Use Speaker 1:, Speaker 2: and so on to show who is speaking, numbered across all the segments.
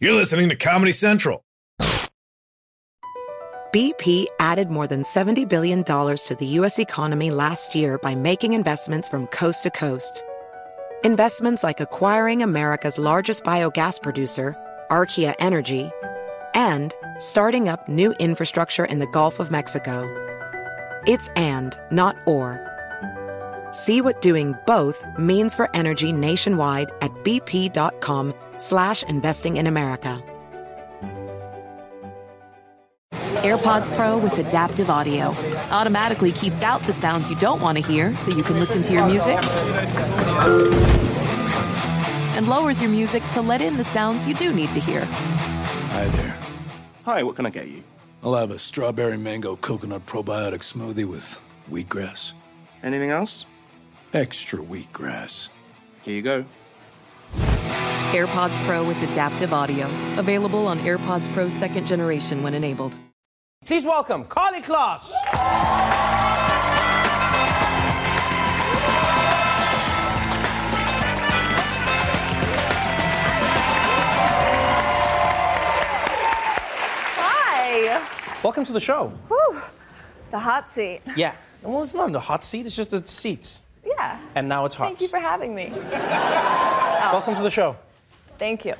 Speaker 1: You're listening to Comedy Central.
Speaker 2: BP added more than $70 billion to the U.S. economy last year by making investments from coast to coast. Investments like acquiring America's largest biogas producer, Archaea Energy, and starting up new infrastructure in the Gulf of Mexico. It's and, not or. See what doing both means for energy nationwide at bp.com slash investing in America.
Speaker 3: AirPods Pro with adaptive audio automatically keeps out the sounds you don't want to hear so you can listen to your music and lowers your music to let in the sounds you do need to hear.
Speaker 4: Hi there.
Speaker 5: Hi, what can I get you?
Speaker 4: I'll have a strawberry mango coconut probiotic smoothie with wheatgrass.
Speaker 5: Anything else?
Speaker 4: Extra wheatgrass.
Speaker 5: Here you go.
Speaker 3: AirPods Pro with adaptive audio available on AirPods Pro second generation when enabled.
Speaker 6: Please welcome Carly Kloss.
Speaker 7: Hi.
Speaker 6: Welcome to the show.
Speaker 7: Whew. The hot seat.
Speaker 6: Yeah. Well, it's not the hot seat. It's just the seats.
Speaker 7: Yeah.
Speaker 6: And now it's hot.
Speaker 7: Thank you for having me.
Speaker 6: Welcome to the show.
Speaker 7: Thank you.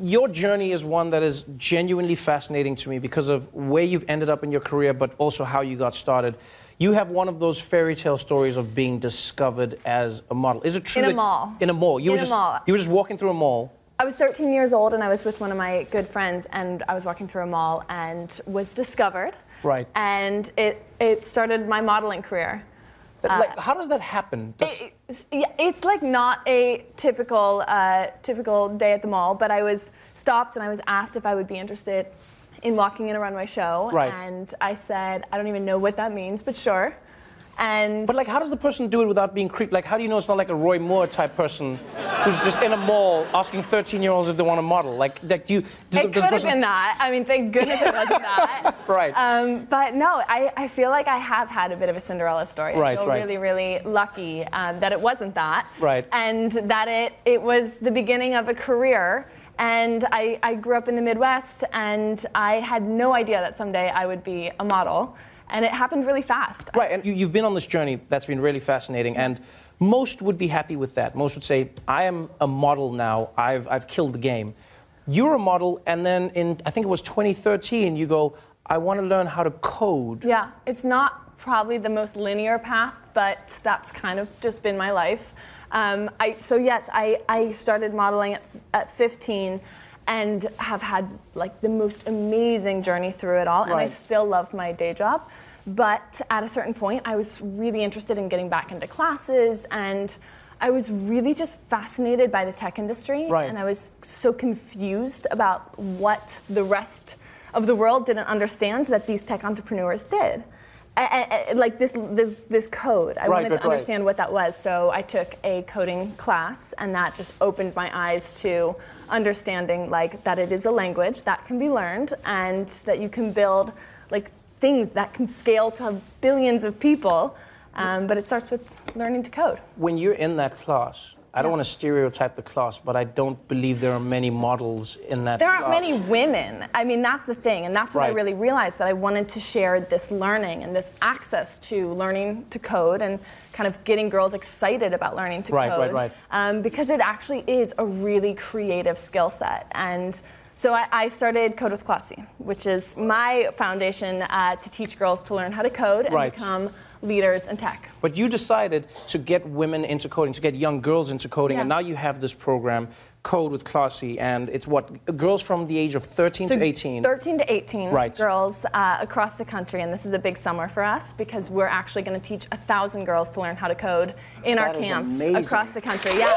Speaker 6: Your journey is one that is genuinely fascinating to me because of where you've ended up in your career, but also how you got started. You have one of those fairy tale stories of being discovered as a model. Is it true?
Speaker 7: In a
Speaker 6: that-
Speaker 7: mall.
Speaker 6: In a mall. You
Speaker 7: In
Speaker 6: were
Speaker 7: a
Speaker 6: just
Speaker 7: mall.
Speaker 6: you were just walking through a mall.
Speaker 7: I was 13 years old and I was with one of my good friends and I was walking through a mall and was discovered.
Speaker 6: Right.
Speaker 7: And it it started my modeling career. uh,
Speaker 6: like, how does that happen? Does-
Speaker 7: It's, yeah, it's like not a typical uh, typical day at the mall, but I was stopped and I was asked if I would be interested in walking in a runway show,
Speaker 6: Right.
Speaker 7: and I said I don't even know what that means, but sure. And
Speaker 6: But like, how does the person do it without being creeped? Like, how do you know it's not like a Roy Moore type person who's just in a mall asking 13-year-olds if they want to model? Like, like do you? Does,
Speaker 7: it could have been that. I mean, thank goodness it wasn't that.
Speaker 6: Right.
Speaker 7: Um, but no, I, I feel like I have had a bit of a Cinderella story.
Speaker 6: Right,
Speaker 7: I feel
Speaker 6: right.
Speaker 7: really, really lucky um, that it wasn't that.
Speaker 6: Right.
Speaker 7: And that it, it was the beginning of a career. And I, I grew up in the Midwest, and I had no idea that someday I would be a model. And it happened really fast.
Speaker 6: Right, and you, you've been on this journey that's been really fascinating, and most would be happy with that. Most would say, I am a model now, I've, I've killed the game. You're a model, and then in, I think it was 2013, you go, I want to learn how to code.
Speaker 7: Yeah, it's not probably the most linear path, but that's kind of just been my life. Um, I, so yes, I, I started modeling at, at 15 and have had like the most amazing journey through it all. And I
Speaker 6: Right.
Speaker 7: still love my day job. But at a certain point, I was really interested in getting back into classes and I was really just fascinated by the tech industry.
Speaker 6: Right.
Speaker 7: And I was so confused about what the rest of the world didn't understand that these tech entrepreneurs did. A- a- a- like this, this, this code. I
Speaker 6: Right,
Speaker 7: wanted
Speaker 6: right,
Speaker 7: to
Speaker 6: right.
Speaker 7: understand what that was. So I took a coding class, and that just opened my eyes to understanding like that it is a language that can be learned, and that you can build like things that can scale to billions of people. Um, but it starts with learning to code.
Speaker 6: When you're in that class, I don't want to stereotype the class, but I don't believe there are many models in that
Speaker 7: There aren't
Speaker 6: class.
Speaker 7: many women. I mean, that's the thing, and that's what I
Speaker 6: Right.
Speaker 7: really realized that I wanted to share this learning and this access to learning to code and kind of getting girls excited about learning to
Speaker 6: Right,
Speaker 7: code.
Speaker 6: right, right.
Speaker 7: Um, because it actually is a really creative skill set. And so I, I started Code with Classy, which is my foundation uh, to teach girls to learn how to code and
Speaker 6: Right.
Speaker 7: become leaders in tech.
Speaker 6: But you decided to get women into coding, to get young girls into coding, and
Speaker 7: Yeah.
Speaker 6: now you have this program, Code with Classy, and it's what girls from the age of 13 to 18.
Speaker 7: 13 to 18
Speaker 6: Right.
Speaker 7: girls uh, across the country, and this is a big summer for us because we're actually going to teach a thousand girls to learn how to code in our
Speaker 6: That is
Speaker 7: camps
Speaker 6: amazing.
Speaker 7: across the country. Yeah,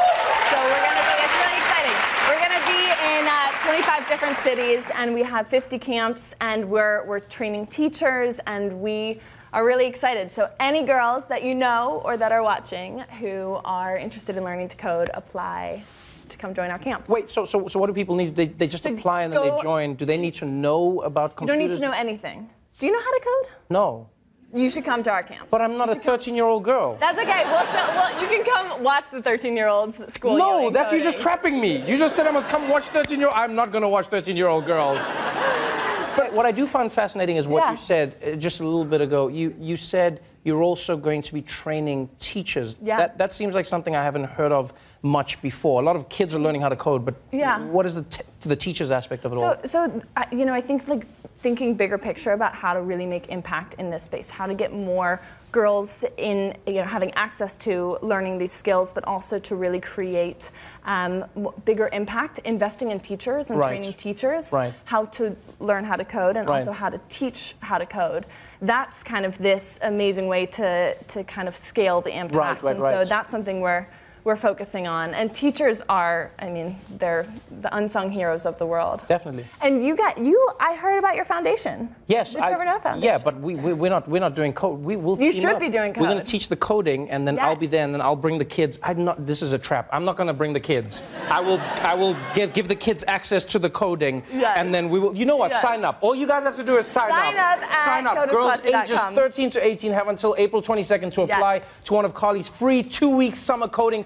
Speaker 7: so we're going to be it's really exciting. We're going to be in uh, 25 different cities, and we have 50 camps, and we're we're training teachers, and we. Are really excited. So, any girls that you know or that are watching who are interested in learning to code, apply to come join our camps.
Speaker 6: Wait, so, so, so what do people need? They, they just
Speaker 7: To
Speaker 6: apply and then they
Speaker 7: go-
Speaker 6: join. Do they need to know about
Speaker 7: you don't
Speaker 6: computers?
Speaker 7: need to know anything. Do you know how to code?
Speaker 6: No.
Speaker 7: You should come to our camp.
Speaker 6: But I'm not a 13 year old girl.
Speaker 7: That's okay. Well, so, well, you can come watch the 13-year-olds school. you
Speaker 6: no,
Speaker 7: in
Speaker 6: that you're just
Speaker 7: coding.
Speaker 6: trapping me. You just said I must come watch 13 year. I'm not gonna watch 13 year old girls. But what I do find fascinating is what
Speaker 7: Yeah.
Speaker 6: you said uh, just a little bit ago. You you said you're also going to be training teachers.
Speaker 7: Yeah.
Speaker 6: That that seems like something I haven't heard of much before. A lot of kids are learning how to code, but
Speaker 7: Yeah.
Speaker 6: what is the t- the teachers aspect of it all?
Speaker 7: So, so I you know, I think like thinking bigger picture about how to really make impact in this space, how to get more girls in, you know, having access to learning these skills, but also to really create um, w- bigger impact, investing in teachers and
Speaker 6: Right.
Speaker 7: training teachers
Speaker 6: Right.
Speaker 7: how to learn how to code and
Speaker 6: Right.
Speaker 7: also how to teach how to code. That's kind of this amazing way to, to kind of scale the impact.
Speaker 6: right,
Speaker 7: and so
Speaker 6: right.
Speaker 7: that's something we're, we're focusing on. And teachers are, I mean, they're the unsung heroes of the world.
Speaker 6: Definitely.
Speaker 7: And you got you. I heard about your foundation.
Speaker 6: Yes,
Speaker 7: the Trevor Noah Foundation.
Speaker 6: Yeah, but we, we we're not we're not doing code. We will.
Speaker 7: You
Speaker 6: team
Speaker 7: should
Speaker 6: up.
Speaker 7: be doing
Speaker 6: We're going
Speaker 7: code.
Speaker 6: to teach the coding, and then I'll be
Speaker 7: Yes.
Speaker 6: there, and then I'll bring the kids. I'm not. This is a trap. I'm not going to bring the kids. I will I will give give the kids access to the coding,
Speaker 7: Yes.
Speaker 6: and then we will. You know what?
Speaker 7: Yes.
Speaker 6: Sign up. All you guys have to do is sign,
Speaker 7: Sign
Speaker 6: up.
Speaker 7: up at
Speaker 6: sign up. Girls ages
Speaker 7: codedclassy.com.
Speaker 6: 13 to 18 have until April 22nd to apply
Speaker 7: Yes.
Speaker 6: to one of Carly's free two-week summer coding